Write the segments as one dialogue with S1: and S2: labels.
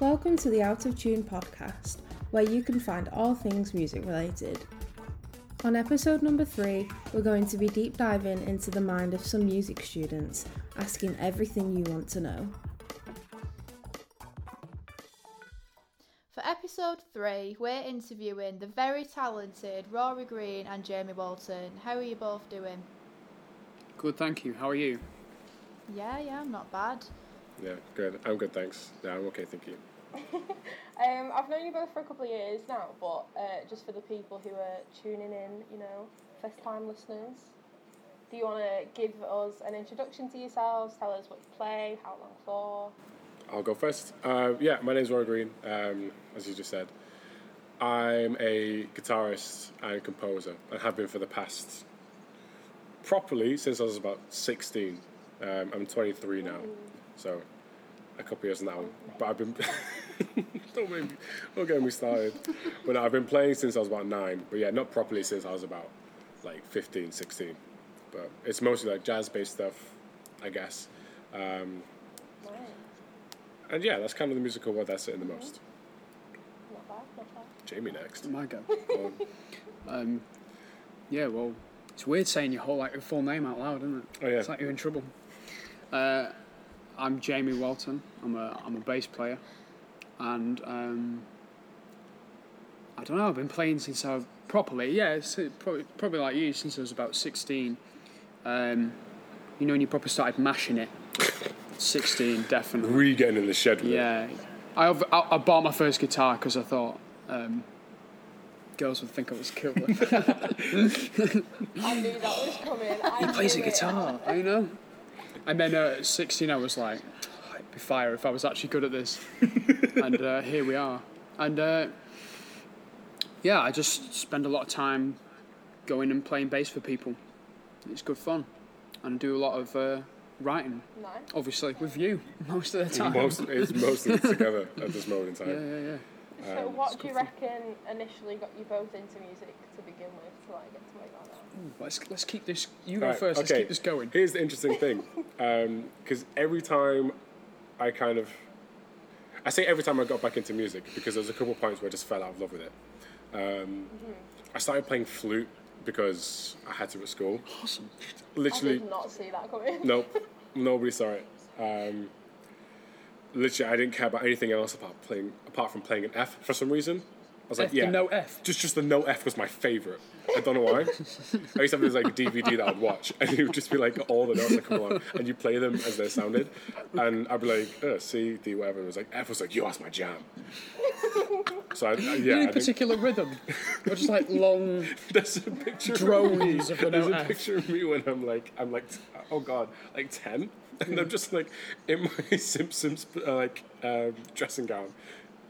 S1: Welcome to the Out of Tune podcast, where you can find all things music related. On episode number three, we're going to be deep diving into the mind of some music students, asking everything you want to know.
S2: For episode three, we're interviewing the very talented Rory Green and Jamie Walton. How are you both doing?
S3: Good, thank you. How are you?
S2: Yeah, yeah, I'm not bad.
S4: Yeah, good. I'm good, thanks. Yeah, I'm okay, thank you.
S5: Um, I've known you both for a couple of years now, but uh, just for the people who are tuning in, you know, first time listeners, do you want to give us an introduction to yourselves? Tell us what you play, how long for?
S4: I'll go first. Uh, yeah, my name's Rory Green, um, as you just said. I'm a guitarist and composer, and have been for the past, properly, since I was about 16. Um, I'm 23 now, so a couple years now. But I've been. don't, make me, don't get me started. but I've been playing since I was about nine. But yeah, not properly since I was about like 15, 16. But it's mostly like jazz based stuff, I guess. Um,
S5: Wow,
S4: and yeah, that's kind of the musical world I sit in the most.
S5: not bad, not bad.
S4: Jamie next.
S3: My go.
S4: Oh,
S3: Um, yeah, well, it's weird saying your whole like your full name out loud, isn't it?
S4: Oh, yeah.
S3: It's like you're in trouble. Uh, I'm Jamie Walton. I'm a I'm a bass player, and um, I don't know. I've been playing since I've properly yeah, it's uh, probably, probably like you since I was about 16. Um, you know when you proper started mashing it. 16 definitely.
S4: we getting in the shed with it.
S3: Yeah, I, I, I bought my first guitar because I thought um, girls would think I was cool. he
S5: I knew that was coming. I
S3: plays a
S5: knew it.
S3: guitar, I know. And then uh, at 16, I was like, "Oh, it'd be fire if I was actually good at this. and uh, here we are. And uh, yeah, I just spend a lot of time going and playing bass for people. It's good fun, and I do a lot of uh, writing.
S5: Nice.
S3: Obviously, with you most of the time.
S4: Most, it's mostly together at this moment in time.
S3: yeah, yeah, yeah.
S5: So, what do you reckon initially got you both into music to begin with, to like get to where you are now?
S3: Let's let's keep this. You go
S4: Right,
S3: first. Let's
S4: okay.
S3: keep this going.
S4: Here's the interesting thing, because every time I kind of, I say every time I got back into music because there's a couple points where I just fell out of love with it. Um,
S3: Mm-hmm.
S4: I started playing flute because I had to at school.
S3: Awesome.
S5: I
S4: Literally,
S3: Oh,
S5: did not see that coming.
S4: Nope, nobody saw it. Um, literally, I didn't care about anything else apart playing apart from playing an F for some reason. I was like,
S3: F to
S4: yeah,
S3: no F.
S4: Just, just the no F was my favorite. I don't know why. I used to have this like DVD that I'd watch, and it would just be like all the notes that come along, and you play them as they sounded, and I'd be like, uh, C, D, whatever. And it was like F was like, yo, that's my jam. So I, I- yeah,
S3: Any
S4: I think
S3: particular rhythm? Or just like long.
S4: there's a picture. Of me.
S3: Drones of the
S4: There's
S3: no
S4: a
S3: F.
S4: picture of me when I'm like, I'm like, oh god, like ten, and I'm just like in my Simpsons uh, like um, dressing gown,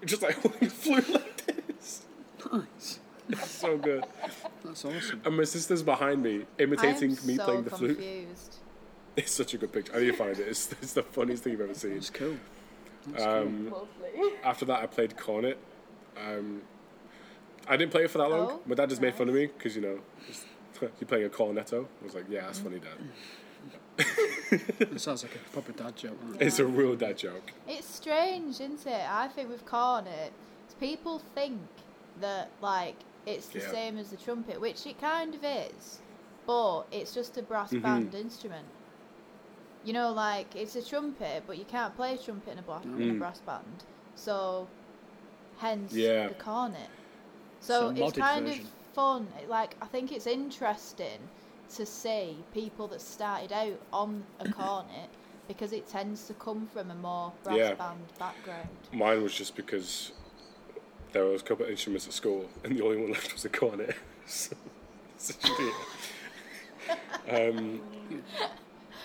S4: just like holding a flute like this.
S3: Nice.
S4: It's so good.
S3: That's awesome.
S4: And my sister's behind me, imitating
S2: I'm
S4: me
S2: so
S4: playing the flute.
S2: confused.
S4: It's such a good picture. I need to find it. It's, it's the funniest thing you've ever seen.
S3: That's cool.
S5: Lovely.
S4: After that, I played cornet. Um, I didn't play it for that long.
S2: Oh,
S4: My dad just made fun of me because you know, just, you're playing a cornetto. I was like, yeah,
S2: Mm.
S4: that's funny, dad.
S3: That sounds like a proper dad joke. doesn't it?
S4: It's a real dad joke.
S2: It's strange, isn't it? I think with cornet, people think that like it's the
S4: Yeah.
S2: same as the trumpet, which it kind of is, but it's just a brass
S4: Mm-hmm.
S2: band instrument. You know, like it's a trumpet, but you can't play a trumpet in a, bla-
S4: Mm.
S2: in a brass band. So, hence
S4: Yeah.
S2: the cornet. So
S3: Some
S2: it's
S3: modded
S2: kind
S3: version.
S2: of fun. It- Like I think it's interesting to see people that started out on a cornet because it tends to come from a more brass
S4: Yeah.
S2: band background.
S4: Mine was just because there was a couple of instruments at school, and the only one left was a cornet. so, such an idiot.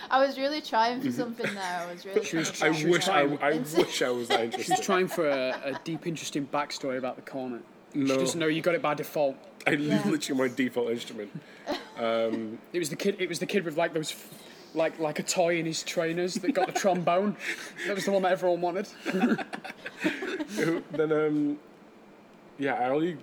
S2: I was really trying for something there. I was really.
S3: She was
S2: trying
S4: Mm-hmm. I
S2: to
S3: She
S2: find
S4: wish I,
S2: something.
S4: I wish I was
S3: She was
S4: that interested.
S3: trying for a, a deep, interesting backstory about the cornet.
S4: No.
S3: She doesn't know you got it by default.
S4: I
S2: Yeah.
S4: literally my default instrument.
S3: It was the kid. It was the kid with like those, f- like like a toy in his trainers that got the trombone. That was the one that everyone wanted.
S4: then um, yeah, I only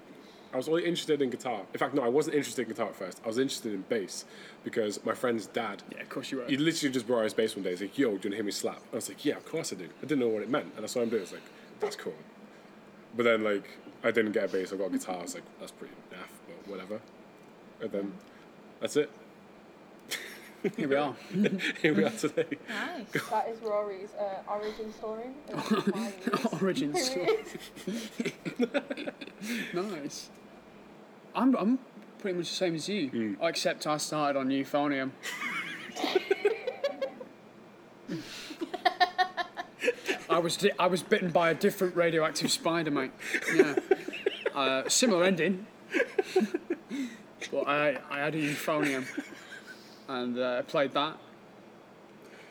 S4: I was only interested in guitar. In fact, no, I wasn't interested in guitar at first. I was interested in bass because my friend's dad.
S3: Yeah, of course you were.
S4: He literally just brought out his bass one day. He's like, "Yo, do you want to hear me slap?" I was like, "Yeah, of course I do." I didn't know what it meant, and I saw him do it. I was like, that's cool. But then like I didn't get a bass, I got a guitar. I was like, that's pretty naff, but whatever. And then that's it.
S3: Here we are.
S4: Here we are today.
S2: Nice.
S5: That is Rory's uh, origin story. of why he is
S3: Origin
S5: who he
S3: story.
S5: is.
S3: Nice. I'm, I'm pretty much the same as you, except I started on euphonium. I was di- I was bitten by a different radioactive spider, mate. Yeah, uh, similar ending, but I I had a euphonium, and uh, I played that.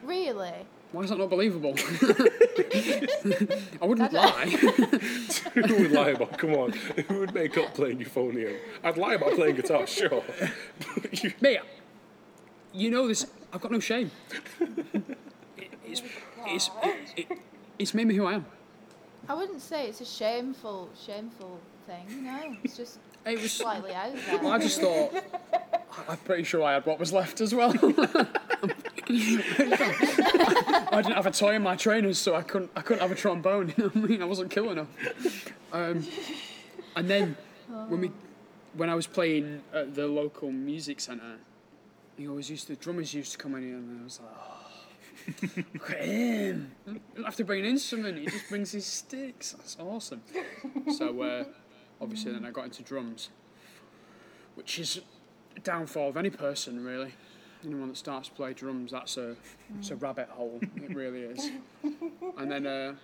S2: Really?
S3: Why is that not believable? I wouldn't
S2: I
S3: lie.
S4: Who would lie about? Come on. Who would make up playing euphonium? I'd lie about playing guitar, sure. But you-
S3: Mate, you know this. I've got no shame. It- It's, it's, it, it, it's made me who I am.
S2: I wouldn't say it's a shameful, shameful thing. No, it's just
S3: It was.
S2: slightly out there.
S3: I just thought. I- I'm pretty sure I had what was left as well. I didn't have a toy in my trainers, so I couldn't. I couldn't have a trombone. You know what I mean? I wasn't cool enough. Um, and then when we, when I was playing at the local music centre, he always used to. Drummers used to come in here, and I was like. Look at him. You don't have to bring an instrument. He just brings his sticks. That's awesome. So, uh, obviously, then I got into drums, which is a downfall of any person, really. Anyone that starts to play drums, that's a, it's a rabbit hole. It really is. And then uh,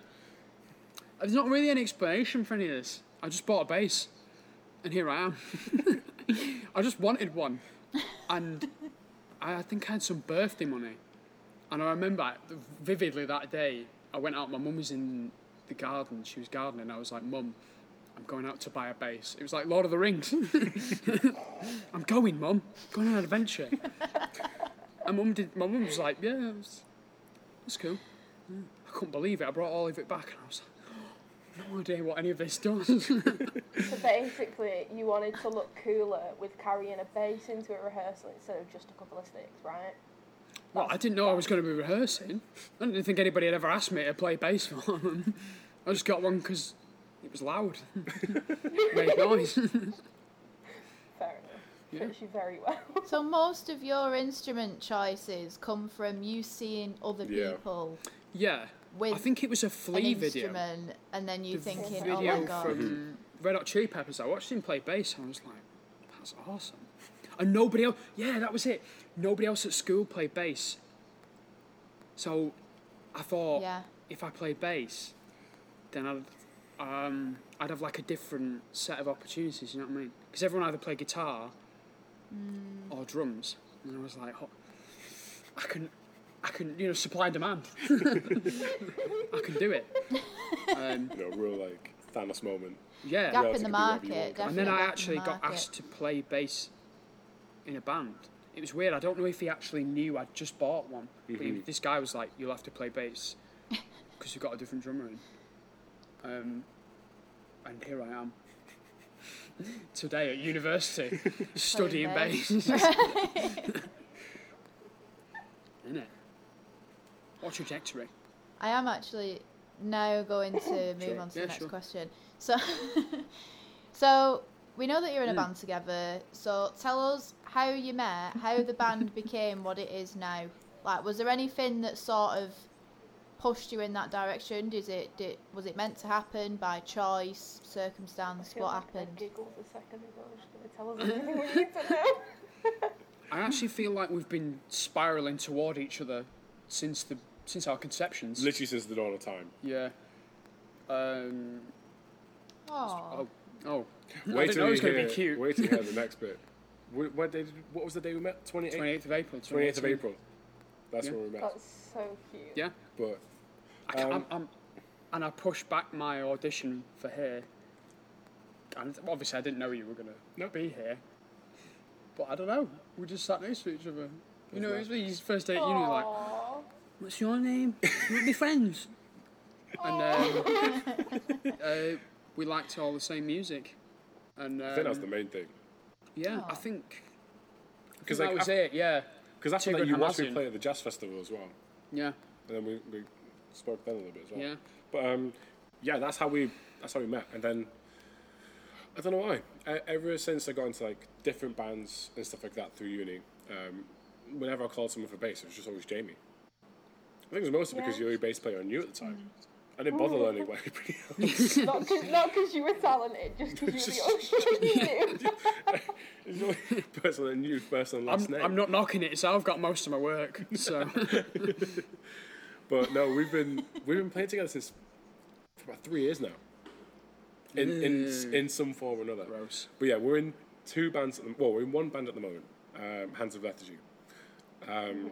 S3: there's not really any explanation for any of this. I just bought a bass, and here I am. I just wanted one, and I I think I had some birthday money. And I remember vividly that day, I went out, my mum was in the garden, she was gardening, I was like, Mum, I'm going out to buy a bass. It was like Lord of the Rings. I'm going, Mum, going on an adventure. and mum did, my mum was like, Yeah, it was, that's cool. Yeah. I couldn't believe it, I brought all of it back, and I was like, No idea what any of this does.
S5: So basically, you wanted to look cooler with carrying a bass into a rehearsal instead of just a couple of sticks, right?
S3: Well, I didn't know I was going to be rehearsing. I didn't think anybody had ever asked me to play bass for them. I just got one because it was loud, made noise.
S5: Fair enough.
S3: Yeah.
S5: Fits you very well.
S2: So most of your instrument choices come from you seeing other
S4: Yeah.
S2: people
S3: Yeah,
S2: with
S3: I think it was a
S2: an
S3: Flea video.
S2: instrument, and then you
S3: The
S2: thinking,
S3: video
S2: "Oh my god,
S3: from Red Hot Chili Peppers. I watched him play bass, and I was like, "That's awesome." And nobody else. Yeah, that was it. Nobody else at school played bass. So, I thought
S2: Yeah.
S3: if I played bass, then I'd um, I'd have like a different set of opportunities. You know what I mean? Because everyone either played guitar
S2: Mm.
S3: or drums, and I was like, oh, I can. I can, you know, supply and demand. I can do it. Um,
S4: you know, real like Thanos moment.
S3: yeah.
S2: gap
S4: Yeah,
S2: in
S4: so
S2: the
S4: you can do whatever you
S2: market."
S4: want.
S3: And
S2: definitely
S3: then I
S2: gap in the
S3: actually got
S2: market.
S3: asked to play bass in a band. It was weird. I don't know if he actually knew I'd just bought one. But he, this guy was like, "You'll have to play bass because you've got a different drummer in." Um, and here I am today at university studying
S2: bass.
S3: bass. Isn't it? What trajectory?
S2: I am actually now going to move
S3: Sorry.
S2: on to
S3: Yeah,
S2: the next
S3: sure.
S2: question. So, so we know that you're in
S3: Hmm.
S2: a band together. So tell us how you met, how the band became what it is now. Like, was there anything that sort of pushed you in that direction? Did it? Did, was it meant to happen by choice, circumstance? What
S5: I
S2: happened?
S5: giggled a second ago. Just gonna tell us everything we need to know.
S3: I actually feel like we've been spiraling toward each other since the since our conceptions.
S4: Literally since the dawn of time.
S3: Yeah. Um,
S2: Oh,
S3: oh, oh. I didn't
S4: Wait till
S3: know it
S4: you
S3: was going to
S4: hear.
S3: be cute.
S4: Wait till you hear the next bit. What, what day? Did, what was the day we met? 28th?
S3: 28th of April.
S4: 28th of April. That's
S3: Yeah. Oh.
S4: when we met.
S5: That's so cute.
S3: Yeah.
S4: But
S3: I can't,
S4: Um,
S3: I'm, I'm, and I pushed back my audition for here. And obviously, I didn't know you were going to
S4: No.
S3: be here. But I don't know. We just sat next to each other. You know, it was his first day at uni, like,
S5: Aww.
S3: what's your name? We'll be friends. And um, uh, we liked all the same music. And um,
S4: I think that's the main thing.
S3: yeah, I
S2: Aw.
S3: think
S4: Because
S3: that
S4: like,
S3: was
S4: af-
S3: it. Yeah,
S4: Because after that,
S3: Tigran
S4: you watched me
S3: Hamasyan.
S4: play at the jazz festival as well,
S3: yeah.
S4: Oh. and then we, we spoke then a little bit as well.
S3: Yeah.
S4: But um, yeah, that's how we that's how we met. And then I don't know why. E- Ever since I got into like different bands and stuff like that through uni, um, whenever I called someone for bass, it was just always Jamie. I think it was mostly because
S5: Yeah.
S4: you were a bass player and new at the time.
S3: Mm.
S4: I didn't
S3: Oh.
S4: bother learning what anybody else.
S5: Not because not 'cause you were talented, just because you were the ocean.
S4: It's the only person that knew first and last
S3: I'm,
S4: name.
S3: I'm not knocking it, so I've got most of my work. So
S4: But no, we've been we've been playing together since for about three years now. In in in some form or another.
S3: gross.
S4: But yeah, we're in two bands. At the, well, we're in one band at the moment, um, Hands of Lethargy. Um,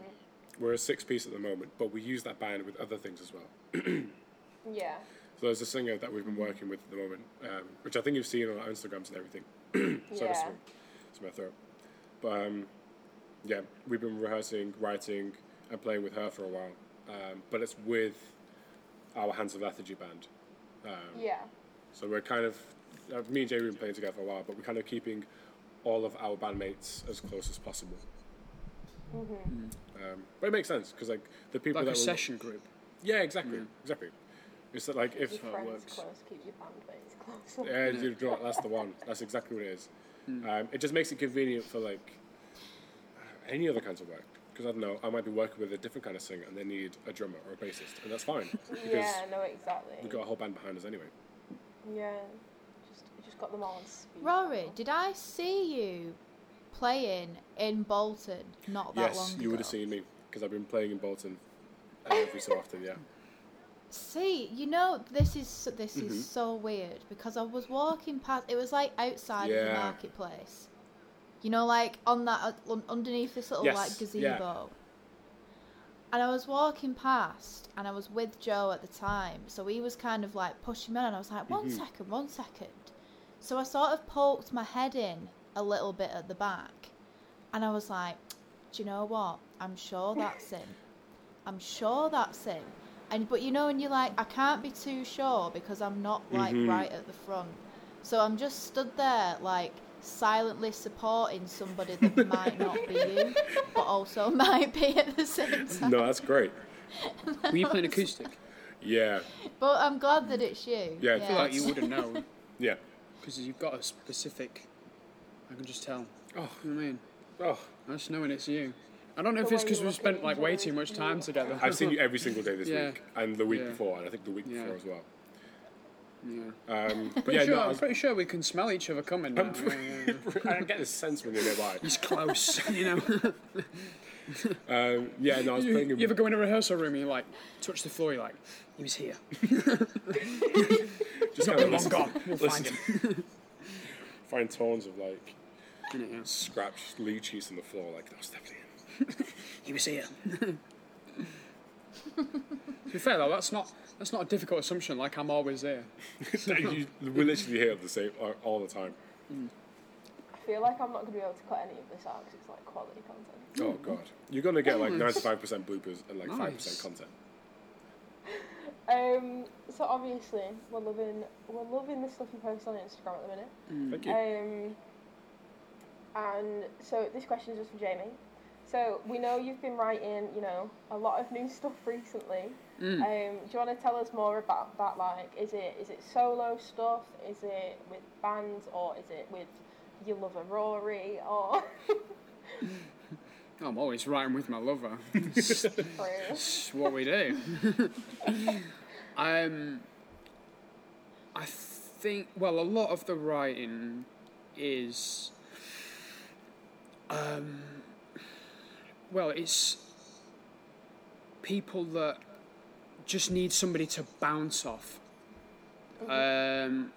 S4: we're a six piece at the moment, but we use that band with other things as well.
S5: yeah.
S4: So there's a singer that we've been working with at the moment, um, which I think you've seen on our Instagrams and everything. Sorry,
S5: Yeah.
S4: sorry. It's my throat. But um, yeah, we've been rehearsing, writing, and playing with her for a while. Um, but it's with our Hands of Lethargy band. Um,
S5: Yeah.
S4: so we're kind of, uh, me and Jay have been playing together for a while, but we're kind of keeping all of our bandmates as close as possible.
S5: Mm-hmm.
S4: Um, but it makes sense because like the people
S3: like
S4: that
S3: a
S4: were-
S3: session group.
S4: yeah, exactly, exactly. It's that like if
S5: Your
S3: how it
S5: friends
S3: works.
S5: close, keep your bandmates close.
S4: Yeah, you know what, that's the one. That's exactly what it is. Um, it just makes it convenient for like any other kinds of work. Because I don't know, I might be working with a different kind of singer and they need a drummer or a bassist, and that's fine because
S5: yeah, no, exactly.
S4: we've got a whole band behind us anyway.
S5: Yeah, just just got them all on speed.
S2: Rory,
S5: dial.
S2: did I see you playing in Bolton not that long
S4: yes,
S2: ago?
S4: you would have seen me because I've been playing in Bolton uh, every so often. Yeah,
S2: See, you know, this is so- this
S4: Mm-hmm.
S2: is so weird because I was walking past. It was like outside of the
S4: Yeah.
S2: marketplace. You know, like on that uh, un- underneath this little
S4: Yes,
S2: like
S4: yeah.
S2: gazebo. And I was walking past, and I was with Joe at the time, so he was kind of like pushing me, on, and I was like, "One
S4: Mm-hmm.
S2: second, one second. So I sort of poked my head in a little bit at the back, and I was like, "Do you know what? I'm sure that's him." I'm sure that's him. And but you know, and you're like, I can't be too sure because I'm not like
S4: Mm-hmm.
S2: right at the front. So I'm just stood there like silently supporting somebody that might not be you, but also might be at the same time.
S4: no, that's great.
S3: Were you playing acoustic?
S4: Yeah,
S2: But I'm glad that it's you.
S4: Yeah, I feel
S3: Like you would have known
S4: yeah.
S3: because you've got a specific. I can just tell.
S4: Oh,
S3: You know what I mean?
S4: oh,
S3: I just knowing it's you. I don't know if
S5: The
S3: it's
S5: way
S3: because
S5: you
S3: we
S5: look at
S3: spent
S5: each
S3: like way
S5: other's
S3: too much time
S5: feet.
S3: together.
S4: I've seen you every single day this
S3: Yeah.
S4: week and the week
S3: Yeah.
S4: before, and I think the week
S3: Yeah.
S4: before as well.
S3: Yeah.
S4: Um, but
S3: Pretty
S4: yeah,
S3: sure,
S4: no, I
S3: I'm
S4: was-
S3: pretty sure we can smell each other coming. Now. Yeah, yeah.
S4: I get this sense when you're nearby.
S3: He's close, you know.
S4: Um, yeah, no, I was
S3: You,
S4: playing. in-
S3: you ever go in a rehearsal room and you like touch the floor, you're like, he was here.
S4: just
S3: Not
S4: kinda
S3: been long
S4: listen-
S3: gone. We'll find
S4: listen-
S3: him.
S4: find tones of like
S3: Innit, yeah.
S4: scratched leeches on the floor, like that was definitely him.
S3: He was here. to be fair though, that's not that's not a difficult assumption. Like I'm always there.
S4: you, we literally hear the same all- all the time.
S5: I feel like I'm not going to be able to cut any of this out because it's like quality content.
S4: Oh god, you're gonna get like
S3: Nice.
S4: 95% bloopers and like 5%
S3: Nice.
S4: content.
S5: Um, so obviously we're loving we're loving the stuff you post on Instagram at the minute.
S3: Mm.
S4: Thank you.
S5: Um, and so this question is just for Jamie. So we know you've been writing, you know, a lot of new stuff recently.
S3: Mm.
S5: Um, do you want to tell us more about that? Like, is it is it solo stuff? Is it with bands, or is it with your lover Rory? Or
S3: I'm always rhyme with my lover.
S5: True.
S3: It's what we do. um, I think, well, a lot of the writing is. Um, well, it's people that just need somebody to bounce off. Um,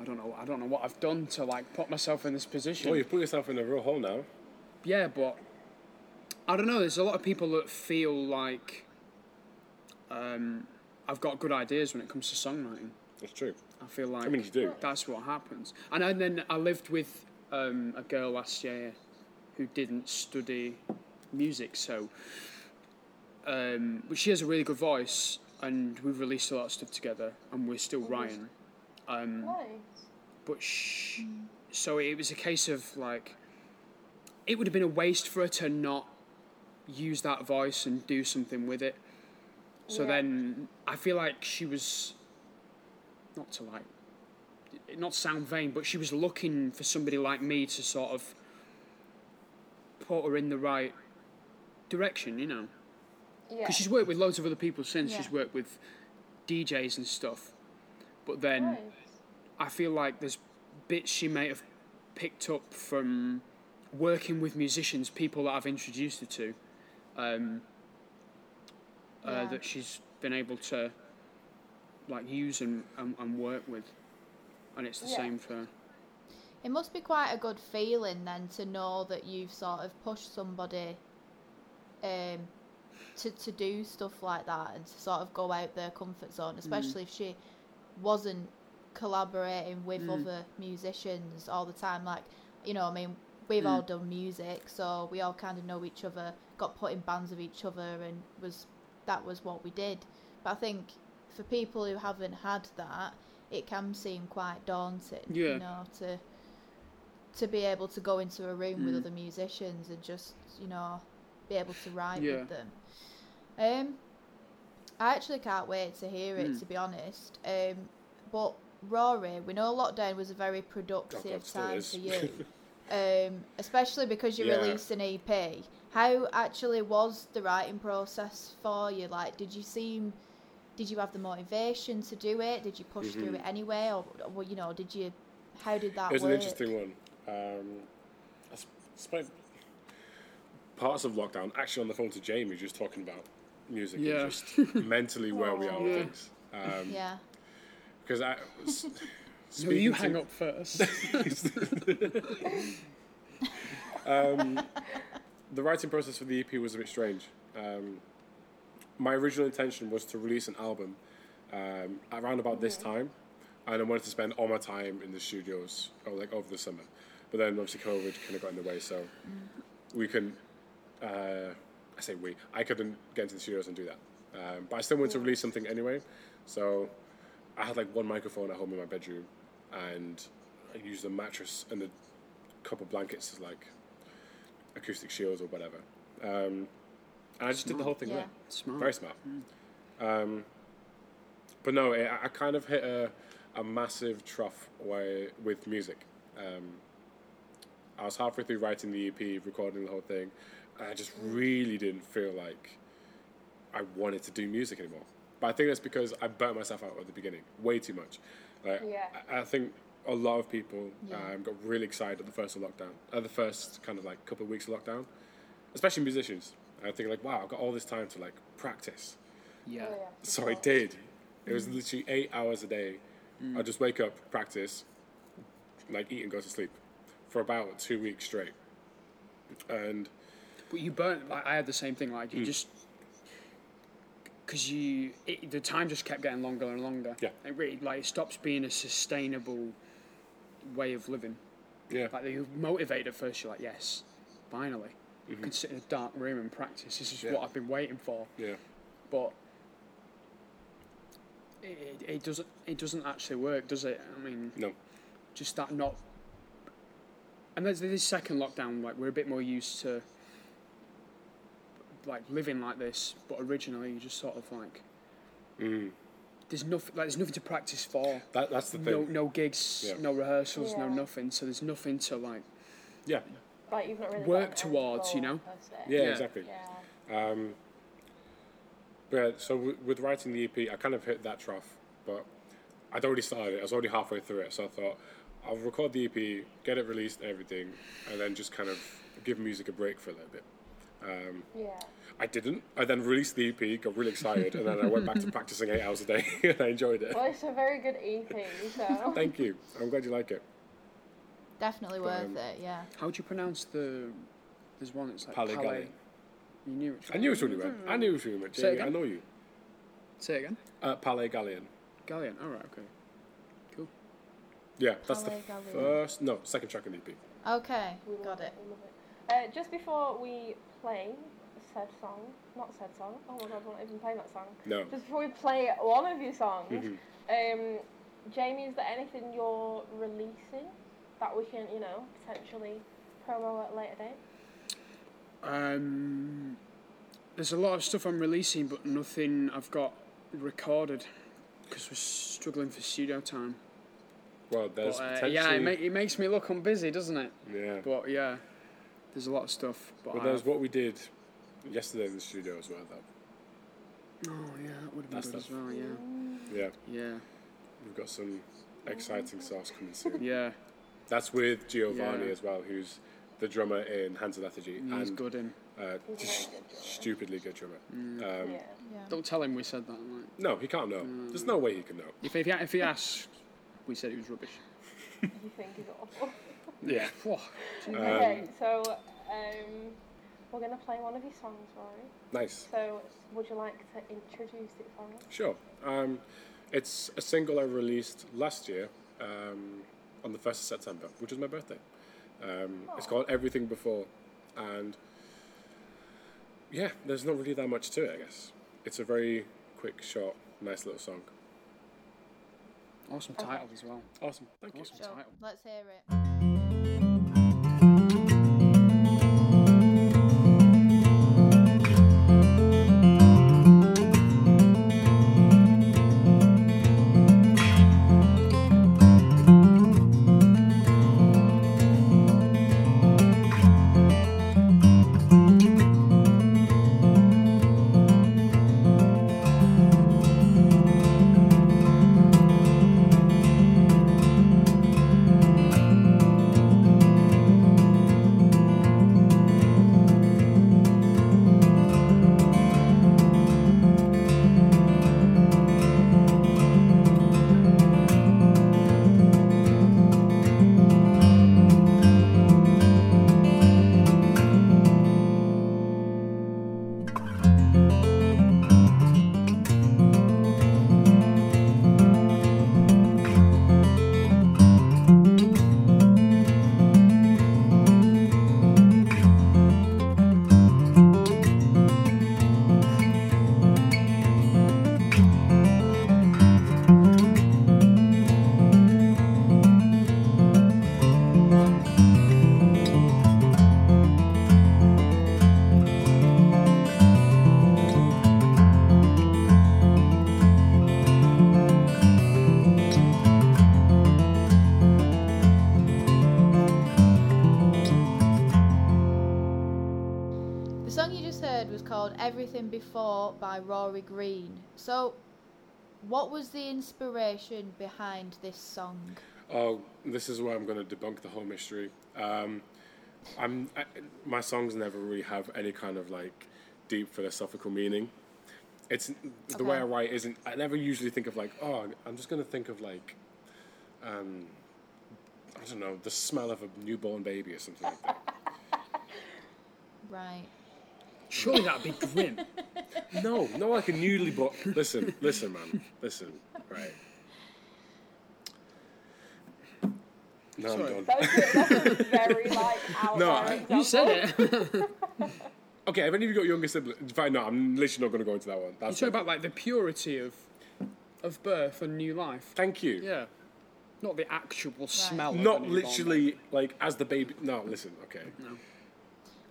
S3: I don't know. I don't know what I've done to like put myself in this position
S4: Well, you put yourself in a real hole now.
S3: yeah, but I don't know. There's a lot of people that feel like um, I've got good ideas when it comes to songwriting.
S4: That's true.
S3: I feel like
S4: I mean, you do.
S3: that's what happens. And, and then I lived with um, a girl last year who didn't study music, so um, but she has a really good voice, and we've released a lot of stuff together, and we're
S4: Oh,
S3: still writing. Um,
S5: nice.
S3: but sh- so it was a case of like it would have been a waste for her to not use that voice and do something with it so
S5: Yeah.
S3: then i feel like she was not to like, not sound vain, but she was looking for somebody like me to sort of put her in the right direction, you know.
S5: Yeah.
S3: Because she's worked with loads of other people since.
S2: Yeah.
S3: She's worked with DJs and stuff. But then
S5: Nice.
S3: I feel like there's bits she may have picked up from working with musicians, people that I've introduced her to, um,
S2: Yeah.
S3: uh, that she's been able to like use and, and, and work with. And it's the
S5: Yeah.
S3: same for
S2: It must be quite a good feeling then to know that you've sort of pushed somebody um, to to do stuff like that and to sort of go out their comfort zone, especially if she wasn't collaborating with other musicians all the time. Like, you know, I mean, we've all done music, so we all kind of know each other, got put in bands with each other, and was that was what we did. But I think for people who haven't had that, it can seem quite daunting.
S3: Yeah.
S2: You know, to to be able to go into a room
S4: Mm.
S2: with other musicians and just you know be able to write
S3: Yeah.
S2: with them. Um, I actually can't wait to hear
S4: Mm.
S2: it to be honest. Um, but Rory, we know lockdown was a very productive
S4: still
S2: time
S4: is.
S2: for you. Um, especially because you
S4: Yeah.
S2: released an EP. How actually was the writing process for you? Like, did you seem, did you have the motivation to do it? Did you push through it anyway, or, or you know, did you? How did that
S4: Mm-hmm. It was
S2: work?
S4: an interesting one. Um, I sp- spent parts of lockdown actually on the phone to Jamie, just talking about music
S3: Yeah.
S4: and just mentally where we are with
S3: Yeah.
S4: things. Um,
S2: Yeah.
S4: Because I was
S3: No, you
S4: speaking
S3: hang
S4: to-
S3: up first.
S4: the writing process for the EP was a bit strange. Um, my original intention was to release an album um, around about this time, and I wanted to spend all my time in the studios, or like over the summer. But then obviously COVID kind of got in the way, so we couldn't. Uh, I say we. I couldn't get into the studios and do that. Um, but I still wanted to release something anyway, so I had like one microphone at home in my bedroom, and I used a mattress and a couple blankets as like acoustic shields or whatever. Um, and I just did the whole thing
S2: Yeah.
S4: there.
S3: Smart. Mm.
S4: Very smart. Um, but no, it, I I kind of hit a, a massive trough way with music. Um, I was halfway through writing the EP, recording the whole thing, and I just really didn't feel like I wanted to do music anymore. But I think that's because I burnt myself out at the beginning way too much. Like,
S5: Yeah.
S4: I, I think a lot of people
S2: Yeah.
S4: um, got really excited at the first of lockdown, at the first kind of like couple of weeks of lockdown, especially musicians. I think like, wow, I've got all this time to like practice.
S3: yeah.
S5: Oh, yeah, for
S4: So I
S5: sure.
S4: did. It
S3: Mm.
S4: was literally eight hours a day. I'd just wake up, practice, like eat and go to sleep for about two weeks straight. And
S3: But you burn. Like, I had the same thing. Like you just because you it, the time just kept getting longer and longer.
S4: Yeah.
S3: It really like it stops being a sustainable way of living.
S4: yeah,
S3: Like you're motivated at first. You're like, yes, finally, you can sit in a dark room and practice. This is
S4: Mm-hmm. Yeah.
S3: what I've been waiting for.
S4: yeah,
S3: But it, it, it doesn't. It doesn't actually work, does it? I mean,
S4: no,
S3: just that not. And there's this second lockdown, like we're a bit more used to, like living like this. But originally, you just sort of like, there's nothing, like there's nothing to practice for.
S4: that, Mm. that's the thing.
S3: No, no gigs,
S4: Yeah.
S3: no rehearsals, no
S5: Yeah.
S3: nothing. So there's nothing to like
S4: Yeah,
S5: Like you've not really
S3: work
S5: got an end
S3: towards, you
S5: goal,
S3: know?
S5: per se.
S4: yeah,
S3: Yeah.
S4: exactly.
S5: Yeah.
S4: Um, but yeah, so w- with writing the EP, I kind of hit that trough, but I'd already started it. I was already halfway through it, so I thought I'll record the EP, get it released, everything, and then just kind of give music a break for a little bit. Um,
S5: Yeah.
S4: I didn't. I then released the EP, got really excited, and then I went back to practicing eight hours a day, and I enjoyed it.
S5: Well, it's a very good EP, so.
S4: Thank you. I'm glad you like it.
S2: Definitely worth
S4: um,
S2: it, yeah.
S3: how do you pronounce the? There's one that's like
S4: Pali
S3: Palais.
S4: Gali.
S3: You knew it.
S4: I knew it was you went. I knew it was you went.
S3: Say it
S4: Jamie, I
S3: again.
S4: know you.
S3: Say it again.
S4: Uh, Palais Galleon.
S3: Galleon. All right. Okay. Cool.
S4: Yeah, that's
S2: Palais
S4: the
S2: Galleon.
S4: first. No, second track E in the EP.
S2: Okay,
S5: We love
S2: got it.
S5: we love Uh, just before we play said song, not said song, oh my god, we're not even playing that song.
S4: No.
S5: Just before we play one of your songs, um, Jamie, is there anything you're releasing that we can, you know, potentially promo at a later date?
S3: Um, there's a lot of stuff I'm releasing, but nothing I've got recorded. because we're struggling for studio time.
S4: Well, there's
S3: But, uh,
S4: potentially.
S3: yeah, it, ma- it makes me look unbusy, doesn't it?
S4: yeah.
S3: But yeah, there's a lot of stuff. But,
S4: But
S3: I-
S4: there's what we did yesterday in the studio as well, though.
S3: oh yeah, that would have been
S4: That's
S3: good
S4: the-
S3: as well. Yeah,
S4: Yeah,
S3: yeah,
S4: we've got some exciting sauce coming soon.
S3: yeah.
S4: That's with Giovanni
S3: Yeah.
S4: as well, who's the drummer in Hands of Lethargy
S3: He's
S4: and
S3: good. Him.
S4: Uh,
S5: He's
S4: just
S5: very good drummer.
S4: stupidly good drummer. Um,
S5: Yeah.
S2: Yeah.
S3: Don't tell him we said that. Like,
S4: No, he can't know. There's no way he can know.
S3: if if he, if he asks, we said it was rubbish.
S5: You think he's awful.
S4: Yeah.
S3: Whoa, gee.
S5: okay, so um, we're gonna play one of your songs, Rory.
S4: Nice.
S5: So would you like to introduce it for us?
S4: Sure. Um, it's a single I released last year um, on the 1st of September, which is my birthday. Um, it's called Everything Before. And yeah, there's not really that much to it, I guess. It's a very quick, short, nice little song.
S3: awesome title as well.
S4: Awesome. Thank you.
S3: Awesome
S2: So
S3: title.
S2: let's hear it. The song you just heard was called Everything Before by Rory Green. So, what was the inspiration behind this song?
S4: Oh, this is where I'm going to debunk the whole mystery. Um, I'm I, my songs never really have any kind of like deep philosophical meaning. It's the way
S2: Okay.
S4: I write isn't. I never usually think of like, oh, I'm just going to think of like, um, I don't know, the smell of a newborn baby or something like that.
S2: Right.
S3: Surely that'd be grim.
S4: no, not like a newly born. Listen, listen, man, listen, right. No,
S3: Sorry.
S4: I'm done.
S5: That was, that was very like out
S4: No,
S5: there
S4: I-
S5: example.
S3: you said it.
S4: Okay, have any of you got younger siblings? Fine, no, I'm literally not going to go into that one.
S3: You
S4: That's
S3: talk
S4: it.
S3: about like the purity of of birth and new life.
S4: Thank you.
S3: Yeah, not the actual smell. of a
S4: Not
S3: newborn
S4: literally like as the baby. No, listen. Okay.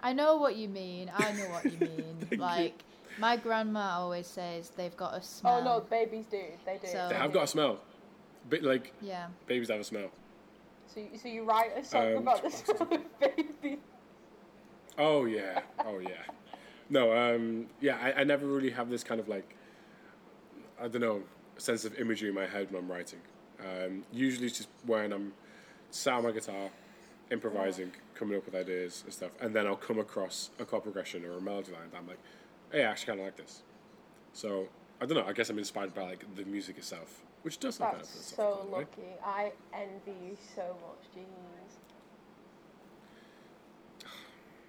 S2: I know what you mean. I know what you mean. like, my grandma always says they've got a smell.
S5: Oh no, babies do. They do.
S2: So-
S4: They have got a smell. Bit like
S2: Yeah.
S4: babies have a smell.
S5: So, you, so you write a song
S4: Um,
S5: about the smell of babies.
S4: Oh yeah. Oh yeah. No. Um. Yeah. I, I never really have this kind of like. I don't know sense of imagery in my head when I'm writing. Um. Usually it's just when I'm sat on my guitar, improvising, coming up with ideas and stuff, and then I'll come across a chord progression or a melody line that I'm like, hey, I actually kind of like this. So I don't know. I guess I'm inspired by like the music itself, which does sound kind of
S5: That's so
S4: philosophical, right?
S5: lucky. I envy you so much, jeez.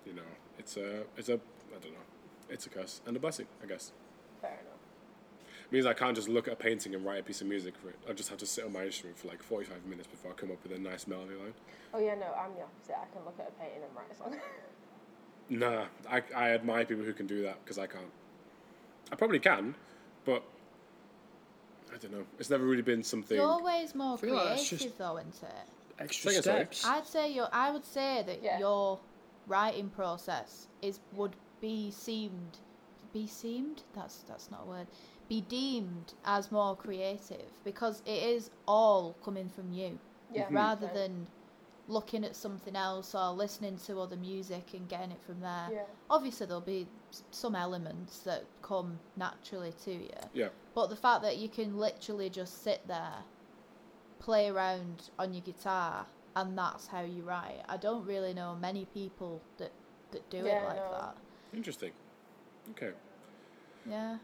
S4: you know, it's a, it's a, I don't know, it's a curse and a blessing, I guess.
S5: Fair enough.
S4: It means I can't just look at a painting and write a piece of music for it. I just have to sit on my instrument for like 45 minutes before I come up with a nice melody line.
S5: Oh yeah, no, I'm the opposite. I can look at a painting and write a song.
S4: Nah, I, I admire people who can do that because I can't. I probably can, but I don't know. It's never really been something.
S2: You're always more
S3: feel like that's
S2: creative,
S3: just-
S2: though, isn't it?
S3: Extra
S4: Say again, sorry?
S3: steps.
S2: I'd say your. I would say that
S5: Yeah.
S2: your writing process is would be seemed, be seemed. That's that's not a word. be deemed as more creative because it is all coming from you
S5: Yeah.
S4: Mm-hmm.
S2: rather
S5: so-
S2: than looking at something else or listening to other music and getting it from there.
S5: Yeah.
S2: Obviously, there'll be s- some elements that come naturally to you,
S4: Yeah.
S2: but the fact that you can literally just sit there, play around on your guitar, and that's how you write. I don't really know many people that that do
S5: Yeah,
S2: it like
S5: no.
S2: that.
S4: Interesting. Okay.
S2: Yeah.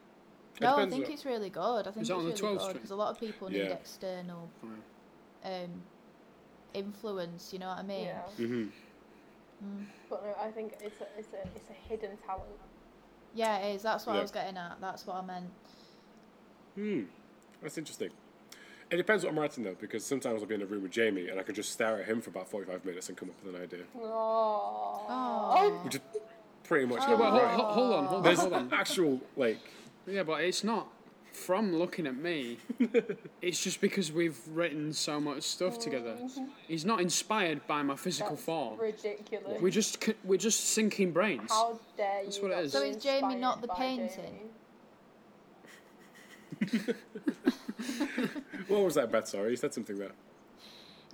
S2: No, I
S4: depends
S2: think
S4: on-
S2: it's really good. I think
S3: Is
S2: it's
S3: that on the
S2: really
S3: 12
S2: good
S3: string?
S2: because a lot of people need
S4: Yeah.
S2: external
S3: Fine.
S2: um, influence. You know what I mean?
S5: Yeah.
S4: Mm-hmm.
S2: Mm.
S5: But no, I think it's a, it's a, it's a hidden talent.
S2: Yeah, it is. That's what
S4: Yeah.
S2: I was getting at. That's what I meant.
S4: Hmm. That's interesting. It depends what I'm writing though, because sometimes I'll be in a room with Jamie and I can just stare at him for about 45 minutes and come up with an idea,
S5: Oh.
S4: which is pretty
S2: Oh.
S4: much
S3: Yeah,
S4: how
S3: but
S4: I
S3: hold,
S4: write.
S3: hold, hold on, hold on,
S4: There's
S3: hold on.
S4: actual like
S3: Yeah, but it's not from looking at me. it's just because we've written so much stuff together. He's not inspired by my physical
S5: Mm-hmm. That's
S3: form.
S5: ridiculous.
S3: We're just c- we're just sinking brains.
S5: How dare you?
S3: That's what it
S5: not
S3: is.
S5: be
S3: So
S2: is Jamie not
S5: inspired
S2: the
S5: by
S2: painting?
S5: Jamie?
S4: what was that bet? Sorry, you said something there.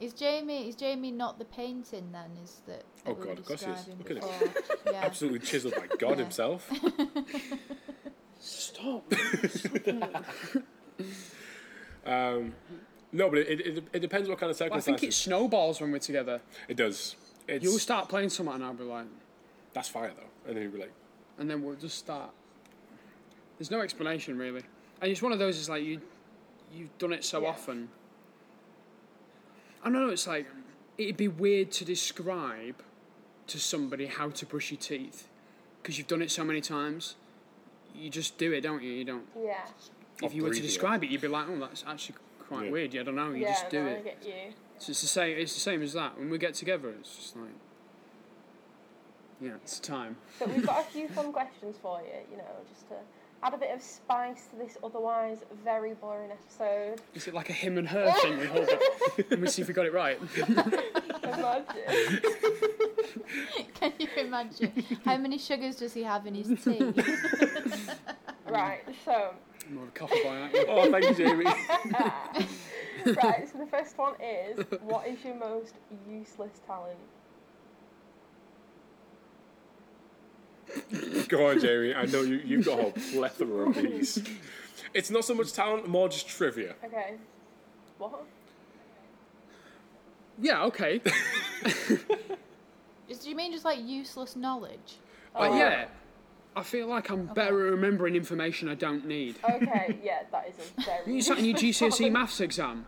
S2: Is Jamie is Jamie not the painting then? Is that? that
S4: Oh
S2: we were
S4: God, of course he is.
S2: describing
S4: Look at him.
S2: before? yeah.
S4: Absolutely chiseled by God
S2: Yeah.
S4: himself.
S3: Stop.
S4: Um, no, but it, it, it depends what kind of
S3: I
S4: circumstances.
S3: think it snowballs when we're together.
S4: It does. It's,
S3: You'll start playing something, and I'll be like,
S4: that's fire though, and then you'll be like,
S3: and then we'll just start. There's no explanation really, and it's one of those. It's like you, you've done it so
S5: Yeah.
S3: often. I know it's like it'd be weird to describe to somebody how to brush your teeth because you've done it so many times. You just do it, don't you? You don't.
S5: Yeah.
S3: if you were to
S4: breathe it.
S3: describe it, you'd be like, "Oh, that's actually quite
S4: Yeah.
S3: weird." Yeah, I don't know. You
S5: yeah,
S3: just do
S5: no, I
S3: it.
S5: get you.
S3: So it's the same. It's the same as that. When we get together, it's just like, yeah, it's time.
S5: But we've got a few fun questions for you, you know, just to add a bit of spice to this otherwise very boring episode.
S3: Is it like a him and her thing? We hold up and we see if we got it right.
S5: Imagine.
S2: Can you imagine how many sugars does he have in his tea?
S5: right, so
S3: I'm more of a copper boy, aren't you?
S4: "Oh, thank you, Jamie."
S5: uh, right, so the first one is what is your most useless talent?
S4: Go on, Jamie. I know you, you've got a whole plethora of these. It's not so much talent, more just trivia.
S5: Okay. What?
S3: Yeah, okay. Uh,
S2: Is- do you mean just like useless knowledge?
S3: But yeah, I feel like I'm better at remembering information I don't need.
S5: Okay, yeah, that is a very
S3: You sat in your GCSE
S5: talent.
S3: E maths exam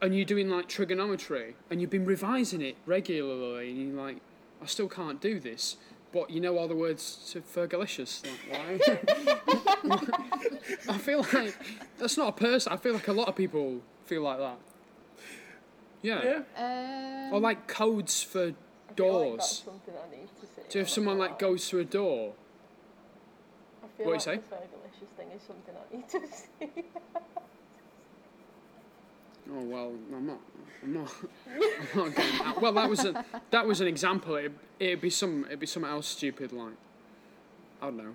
S3: and you're doing like trigonometry and you've been revising it regularly and you're like, I still can't do this, but you know all the words to Fergalicious. Like, why? I feel like that's not a person. I feel like a lot of people feel like that. Yeah.
S4: Yeah.
S2: Um,
S3: Or like codes for
S5: I feel like
S3: doors.
S5: that's something I need to see.
S3: so if someone like goes through a door,
S5: I
S3: what
S5: feel
S3: you
S5: like
S3: say?
S5: the Fergalicious thing is something I need to see.
S3: Oh well, I'm not. I'm not. I'm not getting that. Well, that was a, that was an example. It, it'd be some. It'd be something else stupid like. I don't know.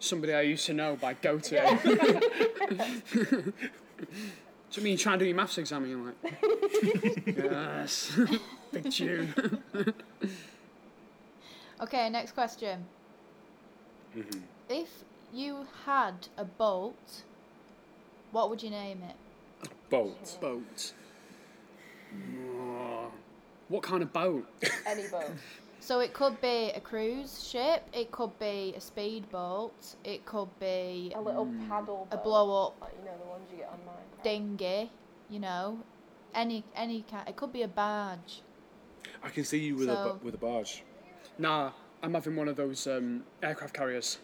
S3: Somebody I used to know by go to. Do you mean you try and do your maths exam and you're like, yes, big tune.
S2: Okay, next question. If you had a boat, what would you name it?
S4: Boat.
S3: boat. Oh, what kind of boat?
S5: Any boat.
S2: So it could be a cruise ship, it could be a speedboat, it could be
S5: A little
S3: Hmm.
S5: paddle
S2: a
S5: boat.
S2: blow up
S5: Like, you know, the ones you get on Minecraft.
S2: dinghy, you know, any any kind. It could be a barge.
S4: I can see you with a
S2: So-
S4: bu- with a barge.
S3: Nah, I'm having one of those um, aircraft carriers.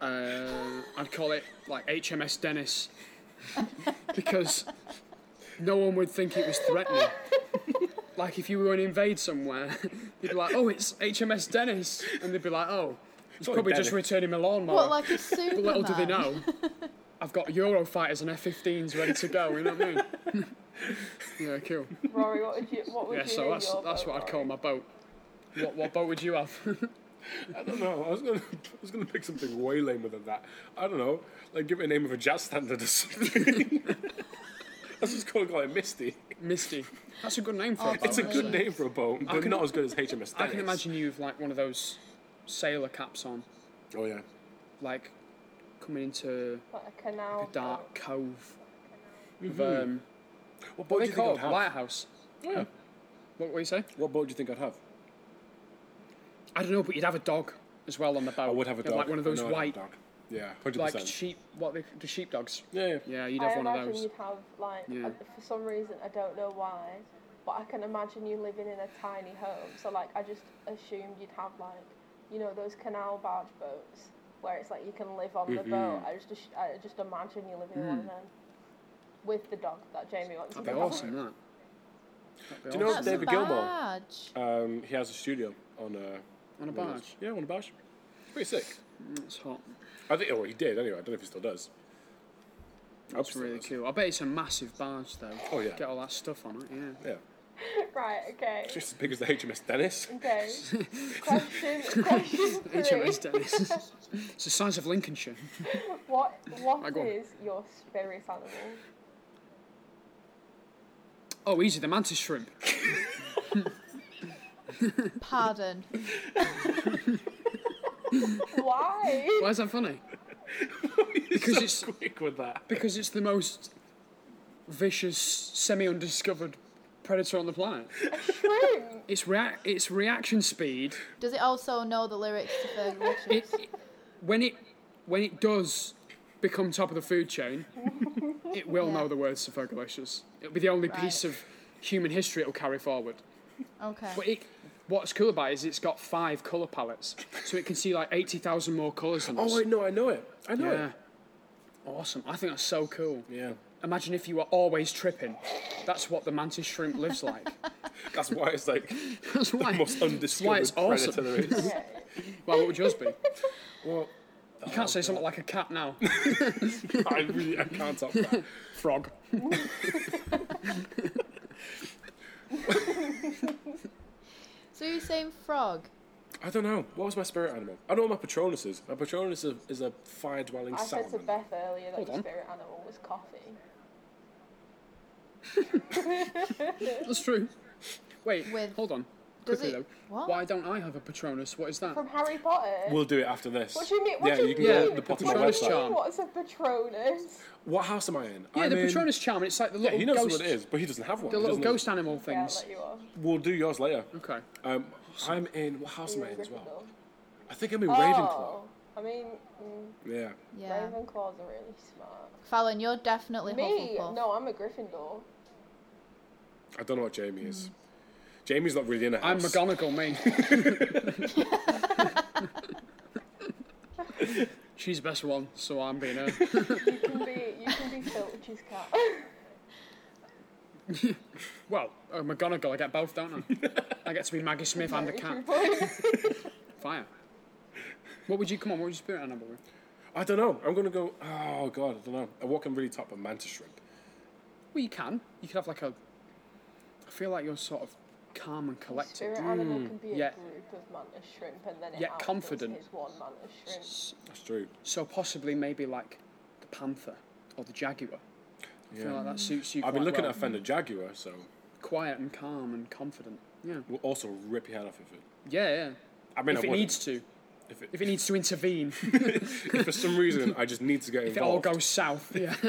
S3: uh, I'd call it like HMS Dennis because no one would think it was threatening. like if you were going to invade somewhere, you'd be like, "Oh, it's HMS Dennis," and they'd be like, "Oh, he's
S4: only
S3: probably just
S4: Dennis."
S3: returning my lawnmower."
S2: What like a
S3: but
S2: Superman?
S3: little do they know, I've got Eurofighters and F-15s ready to go. You know what I mean? yeah, cool.
S5: Rory, what would you what would
S3: Yeah,
S5: you
S3: so
S5: name
S3: that's
S5: your
S3: that's
S5: boat,
S3: what I'd call
S5: Rory?
S3: my boat. What what boat would you have?
S4: I don't know. I was gonna, I was gonna pick something way lamer than that. I don't know. Like give it a name of a jazz standard or something. That's just gonna call it Misty.
S3: Misty. That's a good name for
S2: Oh,
S3: it.
S2: it's
S4: It's a good
S2: Please.
S4: name for a boat, but
S3: can-
S4: not as good as HMS.
S3: I can
S4: Dennis.
S3: imagine you with like one of those sailor caps on,
S4: Oh yeah.
S3: like coming into
S5: Like a canal.
S3: a dark cove. With,
S4: Mhm.
S3: um, what
S4: What boat do
S3: they
S4: you think I'd
S3: call it?
S4: have?
S3: Lighthouse.
S4: Yeah.
S3: What what you say?
S4: What boat do you think I'd have?
S3: I don't know, but you'd have a dog as well on the boat.
S4: I would have a
S3: You'd
S4: dog.
S3: Like one of those
S4: No, I'd have a
S3: white,
S4: dog. Yeah, hundred
S3: like
S4: percent.
S3: sheep. What they, the sheep dogs?
S4: Yeah, yeah.
S3: Yeah, you'd
S5: I
S3: have one
S5: imagine
S3: of those.
S5: you'd have like
S3: Yeah.
S5: a, for some reason I don't know why, but I can imagine you living in a tiny home. So like I just assumed you'd have like you know those canal barge boats where it's like you can live on
S3: Mm-hmm.
S5: the boat. I just ass- I just imagine you living in one of them with the dog that Jamie wants.
S3: Mm. That'd
S5: to
S3: be
S5: have.
S3: awesome. That. That'd be
S4: Do you know
S3: awesome.
S4: David
S2: a
S4: Gilmour.
S2: badge.
S4: Um, he has a studio on uh, a
S3: On a barge.
S4: Yeah, on a barge. Pretty sick.
S3: It's hot.
S4: I think. Oh, he did anyway. I don't know if he still does. I hope he
S3: That's
S4: still
S3: really
S4: does.
S3: cool. I bet it's a massive barge though.
S4: Oh, yeah.
S3: Get all that stuff on it. Yeah.
S4: Yeah,
S5: Right. Okay.
S4: just as big as the HMS Dennis.
S5: Okay. question. Question
S3: HMS
S5: three.
S3: Dennis. it's the size of Lincolnshire.
S5: What
S3: Right,
S5: What
S3: go on.
S5: is your spirit animal?
S3: Oh, easy. The mantis shrimp.
S2: Pardon.
S5: Why?
S3: Why is that funny?
S4: because
S3: it's-
S4: quick with that.
S3: Because it's the most vicious, semi-undiscovered predator on the planet.
S5: Shrimp.
S3: Its rea- its reaction speed
S2: Does it also know the lyrics to Fergie
S3: it,
S2: Wishes?
S3: it- when it when it does become top of the food chain, it will
S2: Yeah.
S3: know the words to Fergalicious. It'll be the only piece
S2: Right.
S3: of human history it'll carry forward.
S2: Okay.
S3: But it, what's cool about it is it's got five colour palettes, so it can see like eighty thousand more colours than us.
S4: Oh, I know. I know it. I know
S3: yeah.
S4: it.
S3: Awesome. I think that's so cool.
S4: Yeah.
S3: Imagine if you were always tripping. That's what the mantis shrimp lives like.
S4: That's why it's like
S3: That's why.
S4: the most
S3: that's why
S4: undiscovered
S3: it's awesome.
S4: predator there is.
S5: Yeah.
S3: Well, what would yours be? You
S4: well,
S3: can't
S4: Oh,
S3: say something like a cat now.
S4: I really I can't top that.
S3: Frog.
S2: So you're saying frog?
S4: I don't know. What was my spirit animal? I know what my Patronus is. My Patronus is a, is a fire dwelling
S5: I said to
S4: salmon.
S5: Beth earlier that
S3: Hold
S5: your
S3: on.
S5: spirit animal was coffee.
S3: That's true. Wait,
S2: With-
S3: hold on.
S2: does
S3: Quickly
S2: it-
S3: though.
S2: what?
S3: Why don't I have a Patronus? What is that?
S5: From Harry Potter.
S4: We'll do it after this.
S5: What do you mean- what
S4: yeah,
S5: do you
S4: you can
S3: mean?
S4: go
S3: Yeah,
S4: to the
S3: the
S4: bottom of my
S3: Patronus
S4: website.
S3: charm.
S5: What's a Patronus?
S4: What house am I in?
S3: yeah,
S4: I'm
S3: the
S4: in-
S3: Patronus charm. It's like the
S4: Yeah,
S3: little
S4: he knows
S3: ghost,
S4: what it is, but he doesn't have one.
S3: the
S4: He
S3: little
S4: doesn't know-
S3: ghost Mm-hmm. animal
S5: Yeah,
S3: things.
S5: I'll let you off.
S4: We'll do yours later.
S3: okay.
S4: Um, I'm in. What house am I in as well?
S3: Oh.
S5: Gryffindor.
S4: I think I'm in Ravenclaw.
S5: Oh, I mean, mm,
S4: Yeah.
S2: Yeah.
S5: Ravenclaws are really smart.
S2: Fallon, you're definitely
S5: Me?
S2: Hufflepuff.
S5: No, I'm a Gryffindor.
S4: I don't know what Jamie is. Jamie's not really in a
S3: Mm. I'm
S4: house.
S3: McGonagall, me. She's the best one, so I'm being her.
S5: You can be, you can be Filch's cat.
S3: Well, uh, McGonagall, I get both, don't I? I get to be Maggie Smith and a cat. Fire. What would you come on? What would your spirit animal be?
S4: I don't know. I'm gonna go. Oh god, I don't know. I walk on really top of mantis shrimp.
S3: Well, you can. You could have like a. I feel like you're sort of calm and collected.
S5: Spirit animal can be a
S3: yeah.
S5: group of mantis shrimp, and then it
S3: Yeah,
S5: outdoes
S3: confident.
S5: his one mantis shrimp.
S4: That's true.
S3: So possibly maybe like the panther or the jaguar. I feel like that suits you.
S4: I've been
S3: quite
S4: looking
S3: well.
S4: at a Fender Jaguar, so
S3: quiet and calm and confident. Yeah,
S4: we'll also rip your head off if it.
S3: yeah, yeah. if
S4: I mean, I
S3: it
S4: wouldn't.
S3: needs to,
S4: If, it,
S3: if it needs to intervene, if
S4: if for some reason I just need to get
S3: it all
S4: involved,
S3: goes south. Yeah.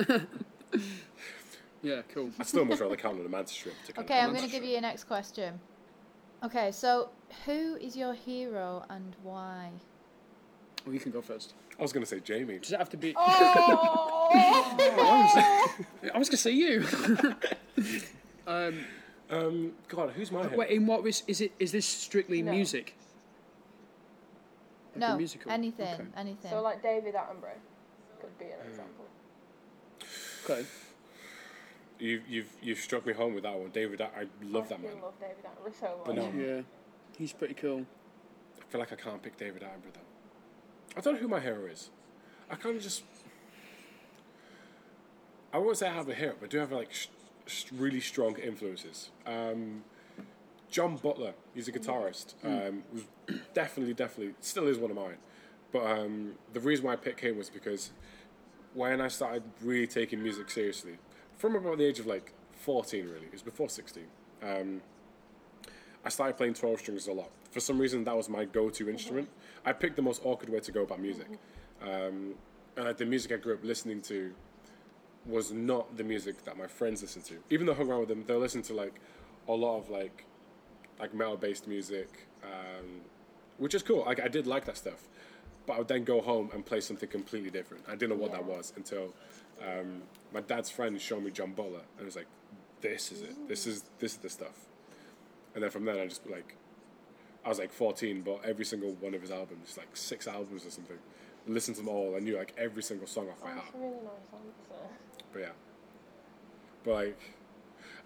S3: yeah. Cool.
S4: I'd still much rather count on a mantis shrimp. To count
S2: Okay,
S4: on a
S2: I'm going to
S4: mantis
S2: give
S4: shrimp.
S2: you your next question. Okay, so who is your hero and why?
S3: Well, you can go first.
S4: I was gonna say Jamie.
S3: Does it have to be?
S5: Oh!
S3: I was gonna say you.
S4: Um, God, who's my hero?
S3: Wait, in what is, is it? Is this strictly
S5: No.
S3: music?
S2: no,
S3: musical.
S2: anything,
S3: Okay.
S2: anything.
S5: so like David Attenborough could be an example.
S3: Okay.
S4: You, you've you've struck me home with that one, David. I, I love that
S5: I
S4: man.
S5: fucking love David Attenborough so much.
S4: But no,
S3: Yeah, he's pretty cool.
S4: I feel like I can't pick David Attenborough though. I don't know who my hero is. I kind of just. I won't say I have a hero, but I do have like sh- sh- really strong influences. Um, John Butler, he's a guitarist, um, was definitely, definitely, still is one of mine. But um, the reason why I picked him was because when I started really taking music seriously, from about the age of like 14, really, it was before 16, um, I started playing 12 strings a lot. For some reason, that was my go to instrument. I picked the most awkward way to go about music. Um, and like, the music I grew up listening to was not the music that my friends listened to. Even though I hung around with them, they listened to like a lot of like like metal based music, um, which is cool. Like I did like that stuff, but I would then go home and play something completely different. I didn't know what that
S5: Yeah.
S4: was until um, my dad's friend showed me John Butler, and I was like, "This is it. This is this is the stuff." And then from then, I just like I was like 14, but every single one of his albums, like six albums or something, listened to them all. I knew like every single song off by heart.
S5: That's a really nice answer.
S4: But yeah. But like,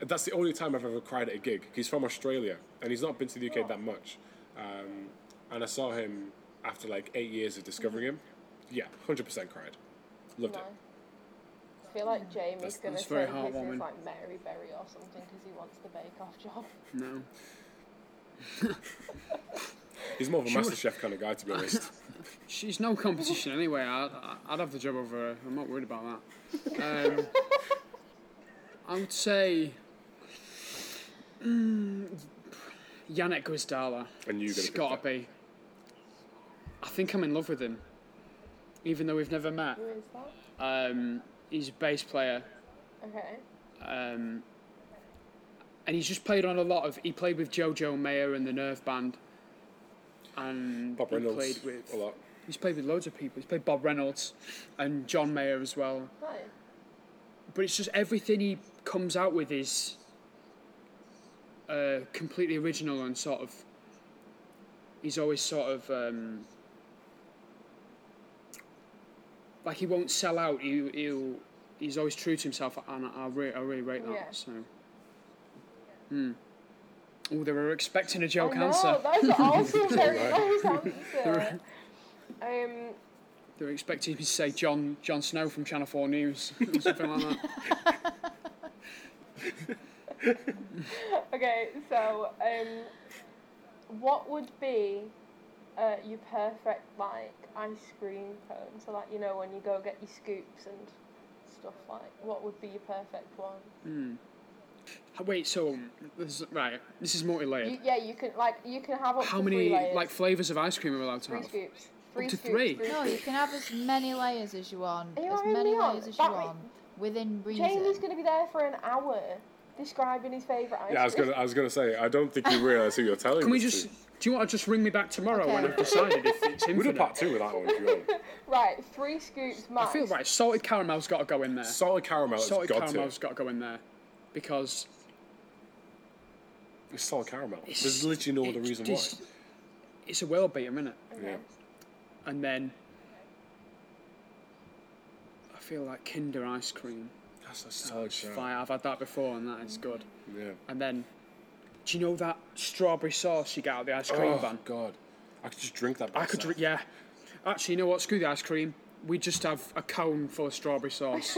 S4: that's the only time I've ever cried at a gig. He's from Australia and he's not been to the UK that much. Um, and I saw him after like eight years of discovering him. Yeah, 100% cried. Loved
S5: No.
S4: it.
S5: I feel like Jamie's
S4: That's-
S5: gonna
S3: that's
S5: say
S3: very
S5: his is
S3: heartwarming.
S5: like Mary Berry or something because he wants the Bake Off job.
S3: No.
S4: He's more of a
S3: Sure.
S4: master chef kind of guy, to be honest.
S3: She's no competition anyway. I'd, I'd have the job over her. I'm not worried about that. Um, I would say. Mm, Yannick Guizdala.
S4: And you
S3: It's
S4: gonna
S3: gotta
S4: pick that.
S3: be. I think I'm in love with him, even though we've never met.
S5: Who is that?
S3: Um, he's a bass player,
S5: Okay.
S3: um, and he's just played on a lot of. He played with JoJo Mayer and the Nerve Band, and
S4: Bob
S3: he
S4: Reynolds,
S3: played with
S4: a lot.
S3: He's played with loads of people. He's played Bob Reynolds and John Mayer as well.
S5: Hi.
S3: But it's just everything he comes out with is uh, completely original and sort of. He's always sort of. Um, like he won't sell out. He, he'll, he's always true to himself, and I, I, re- I really rate that.
S5: Yeah.
S3: So. Hmm. Oh, they were expecting a joke
S5: I know,
S3: answer.
S5: Those are also very nice
S3: They're-
S5: answer. um,
S3: They were expecting me to say John John Snow from Channel Four News or something like that.
S5: okay, so um, what would be uh, your perfect like ice cream cone? So like you know when you go get your scoops and stuff like what would be your perfect one?
S3: Uh, Wait, so this is, right, this is
S5: You,
S3: multi-layered.
S5: yeah, you can like you can have up
S3: How
S5: to three
S3: many
S5: layers.
S3: like flavors of ice cream are we allowed to
S5: three
S3: have?
S5: scoops. Three
S3: to
S5: scoops,
S3: three?
S2: No, you can have as many layers as you want.
S5: Are you
S2: as
S5: having
S2: many
S5: me on?
S2: layers as you
S5: That
S2: want. Within reason.
S5: Jamie's gonna be there for an hour describing his favourite ice
S4: Yeah, I was
S5: cream.
S4: gonna, I was gonna say, I don't think you realise who you're telling.
S3: Can we
S4: this
S3: just?
S4: to.
S3: Do you want to just ring me back tomorrow when
S2: Okay.
S3: I've decided if it's
S4: We'll do
S3: infinite?
S4: part two with that one if you want.
S5: Right, three scoops
S3: I
S5: max.
S3: feel right. Salted caramel's got to go in there.
S4: Solid caramel. has
S3: Salted
S4: got
S3: caramel's got to go in there because
S4: to. It's solid caramel. There's literally no other
S3: it's
S4: reason
S3: just- It's a world beater, isn't it?
S4: why. Yeah.
S3: And then I feel like Kinder ice cream.
S4: That's a
S3: Oh,
S4: solid
S3: it's
S4: shout.
S3: fire. I've had that before, and that is good.
S4: Yeah.
S3: And then, do you know that strawberry sauce you get out of the ice cream
S4: Oh
S3: van?
S4: God, I could just drink that. by
S3: I could
S4: itself.
S3: drink. Yeah. Actually, you know what? Screw the ice cream. We just have a cone full of strawberry sauce,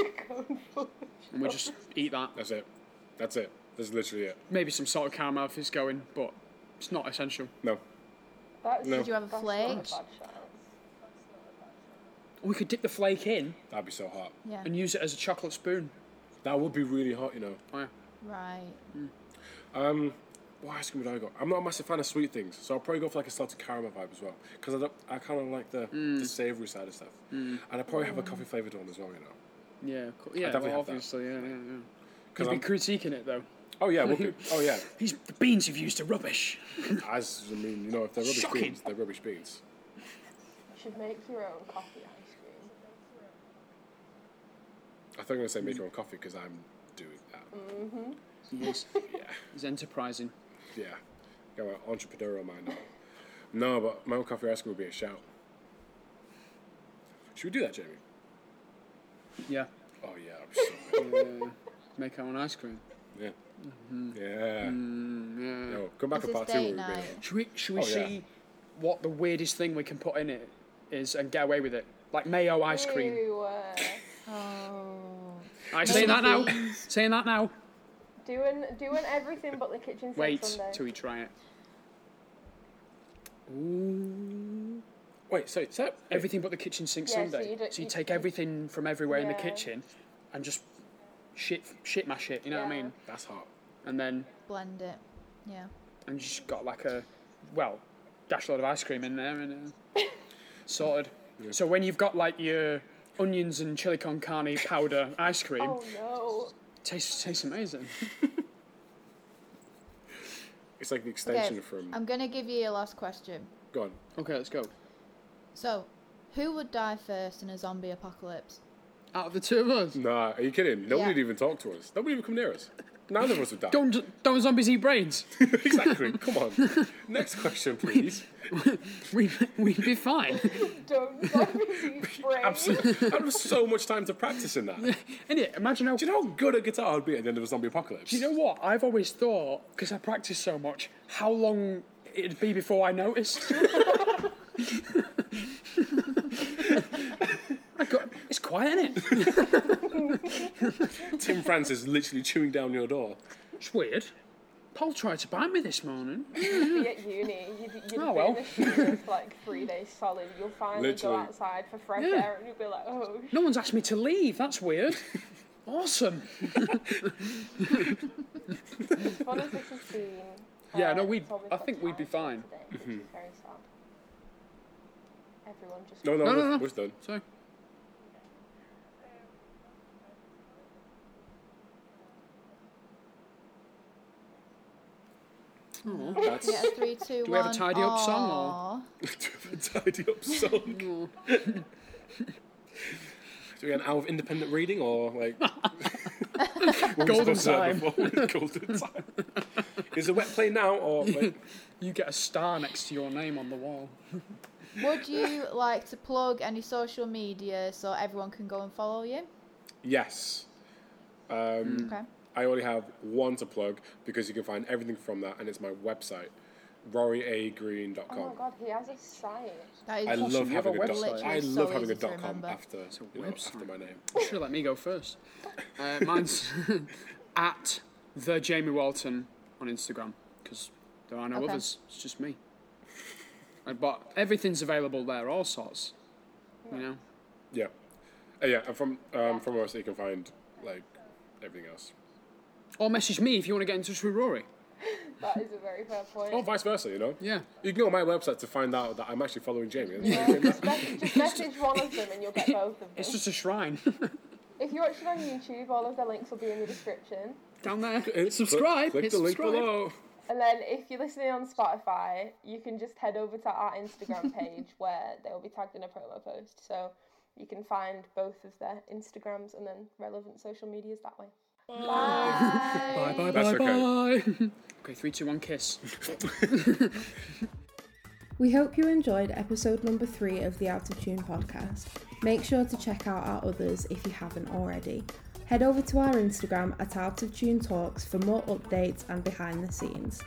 S3: and we just eat that.
S4: That's it. That's it. That's literally it.
S3: Maybe some salted caramel if it's going, but it's not essential.
S4: No.
S5: That's,
S4: No.
S5: that's
S4: Did
S2: you have a
S5: not
S2: flake?
S5: bad shout.
S3: We could dip the flake in
S4: That'd be so hot.
S2: Yeah.
S3: and use it as a chocolate spoon.
S4: That would be really hot, you know.
S3: Oh, yeah.
S2: Right.
S4: What ice cream would I go? I'm not a massive fan of sweet things, so I'll probably go for like a salted caramel vibe as well, because I don't. I kind of like the,
S3: Mm.
S4: the savory side of stuff, and I probably have a coffee flavored one as well, you know.
S3: Yeah, of course. yeah,
S4: definitely
S3: well,
S4: have that.
S3: obviously, yeah, yeah, yeah.
S4: Because
S3: You'd
S4: I'm.
S3: be critiquing it though.
S4: oh yeah, we'll do. Oh yeah.
S3: These the beans you've used are rubbish.
S4: As I mean, you know, if they're rubbish
S3: Shocking.
S4: beans, they're rubbish beans.
S5: You should make your own coffee ice cream.
S4: I think I'm gonna say make your own coffee because I'm doing that.
S3: Yes. He's enterprising.
S4: Yeah. Got my entrepreneurial mind on. No, but my own coffee ice cream would be a shout. Should we do that, Jamie?
S3: Yeah.
S4: Oh yeah, I'm so
S3: Uh, make our own ice cream.
S4: yeah. Yeah.
S3: Mm-hmm. Mm, Yeah.
S4: No, come back
S2: This is
S4: for part two. where
S2: date
S4: we bring
S2: night.
S4: it up.
S3: Should we, should we
S4: Oh, yeah.
S3: see what the weirdest thing we can put in it is and get away with it? Like mayo ice cream.
S5: Ew, uh,
S2: Oh.
S3: I say that now.
S2: Maybe.
S3: Saying that now.
S5: Doing doing everything but the kitchen sink
S3: Wait
S5: Sunday.
S3: till we try it. Ooh.
S4: Wait, so, so
S3: Everything but the kitchen sink
S5: Yeah, so
S3: Sunday. So
S5: you
S3: you,
S5: don't- you-
S3: take
S5: you-
S3: everything from everywhere in the
S5: Yeah.
S3: kitchen and just shit shit my shit, you know what I
S5: Yeah.
S3: mean?
S4: that's hot.
S3: And then
S2: Blend it. Yeah.
S3: and you just got like a well, dash load of ice cream in there and uh, sorted. So when you've got like your onions and chili con carne powder ice cream,
S5: Oh no.
S3: tastes tastes amazing.
S4: It's like
S2: Okay,
S4: the
S2: Um,
S4: extension from.
S2: I'm gonna give you a last question.
S4: Go on.
S3: Okay, let's go.
S2: So, who would die first in a zombie apocalypse?
S3: Out of the two of us,
S4: Nah, are you kidding? Nobody
S2: Yeah.
S4: would even talk to us. Nobody would come near us. Neither of us would die.
S3: don't don't zombies eat brains?
S4: exactly. Come on. Next question, please.
S3: we we'd be fine.
S5: Don't zombies eat brains.
S4: Absolutely. I'd have so much time to practice in that. Do
S3: And it imagine how
S4: you know how good a guitar would be at the end of a zombie apocalypse?
S3: You know what? I've always thought, because I practice so much, how long it'd be before I noticed. I got, it's quiet, innit?
S4: Tim Francis literally chewing down your door.
S3: It's weird. Paul tried to bite me this morning.
S5: You'd be at uni. You'd, you'd
S3: Oh,
S5: be
S3: well.
S5: in the studio for like three days solid. You'll finally
S4: Literally.
S5: go outside for fresh
S3: Yeah.
S5: air and you'll be like, oh.
S3: No one's asked me to leave. That's weird. Awesome.
S5: As fun as this has been.
S3: Yeah,
S5: uh,
S3: no, we'd-
S5: it's all we've
S3: I
S5: got
S3: think we'd be
S5: time
S3: fine.
S5: for today,
S4: Mm-hmm.
S5: which is very sad. Everyone just.
S4: No,
S3: No,
S4: no, we're,
S3: no, no.
S4: we're done.
S3: So,
S4: That's
S2: Yeah, three, two, one.
S3: we have a tidy up song,
S4: tidy up song. Do we get an hour of independent reading or like
S3: golden
S4: Just
S3: time.
S4: like before, golden time? Is the wet play now or like,
S3: You get a star next to your name on the wall.
S2: Would you like to plug any social media so everyone can go and follow you?
S4: yes? Um,
S3: Hmm.
S2: Okay.
S4: I only have one to plug because you can find everything from that, and it's my website, roryagreen.com.
S5: Oh my god, he has a site.
S2: That is
S4: I
S3: Awesome,
S4: love
S3: you have a
S4: having a, dot.
S3: website.
S4: I
S2: Literally
S4: love
S2: so
S4: having
S2: easy
S4: a
S2: to
S4: dot com
S2: remember.
S4: after
S3: a
S4: you know, after
S3: website.
S4: my name.
S3: You should have let me go first. Uh, mine's at the Jamie Walton on Instagram because there are no
S2: Okay.
S3: others. It's just me. Uh, But everything's available there, all sorts. You know,
S4: Yeah, Uh, yeah. And from um,
S5: Yeah.
S4: from where you can find like everything else,
S3: or message me if you want to get in touch with Rory.
S5: That is a very fair point.
S3: Oh,
S4: or Oh, vice versa. You know,
S3: Yeah,
S4: you can go on my website to find out that I'm actually following Jamie.
S5: Yeah, just, mess- just message one of them and you'll get both of them.
S3: it's just a shrine
S5: If you're watching on YouTube, all of their links will be in the description.
S3: down there.
S4: Click-
S3: subscribe.
S4: Click
S3: hit
S4: the link
S3: subscribe.
S4: below.
S5: And then if you're listening on Spotify, you can just head over to our Instagram page where they will be tagged in a promo post. So you can find both of their Instagrams and then relevant social medias that way.
S3: Bye bye
S4: That's
S3: bye
S4: okay.
S3: bye. okay, three, two, one, kiss.
S1: We hope you enjoyed episode number three of the Out of Tune podcast. Make sure to check out our others if you haven't already. Head over to our Instagram at Out of Tune Talks for more updates and behind the scenes.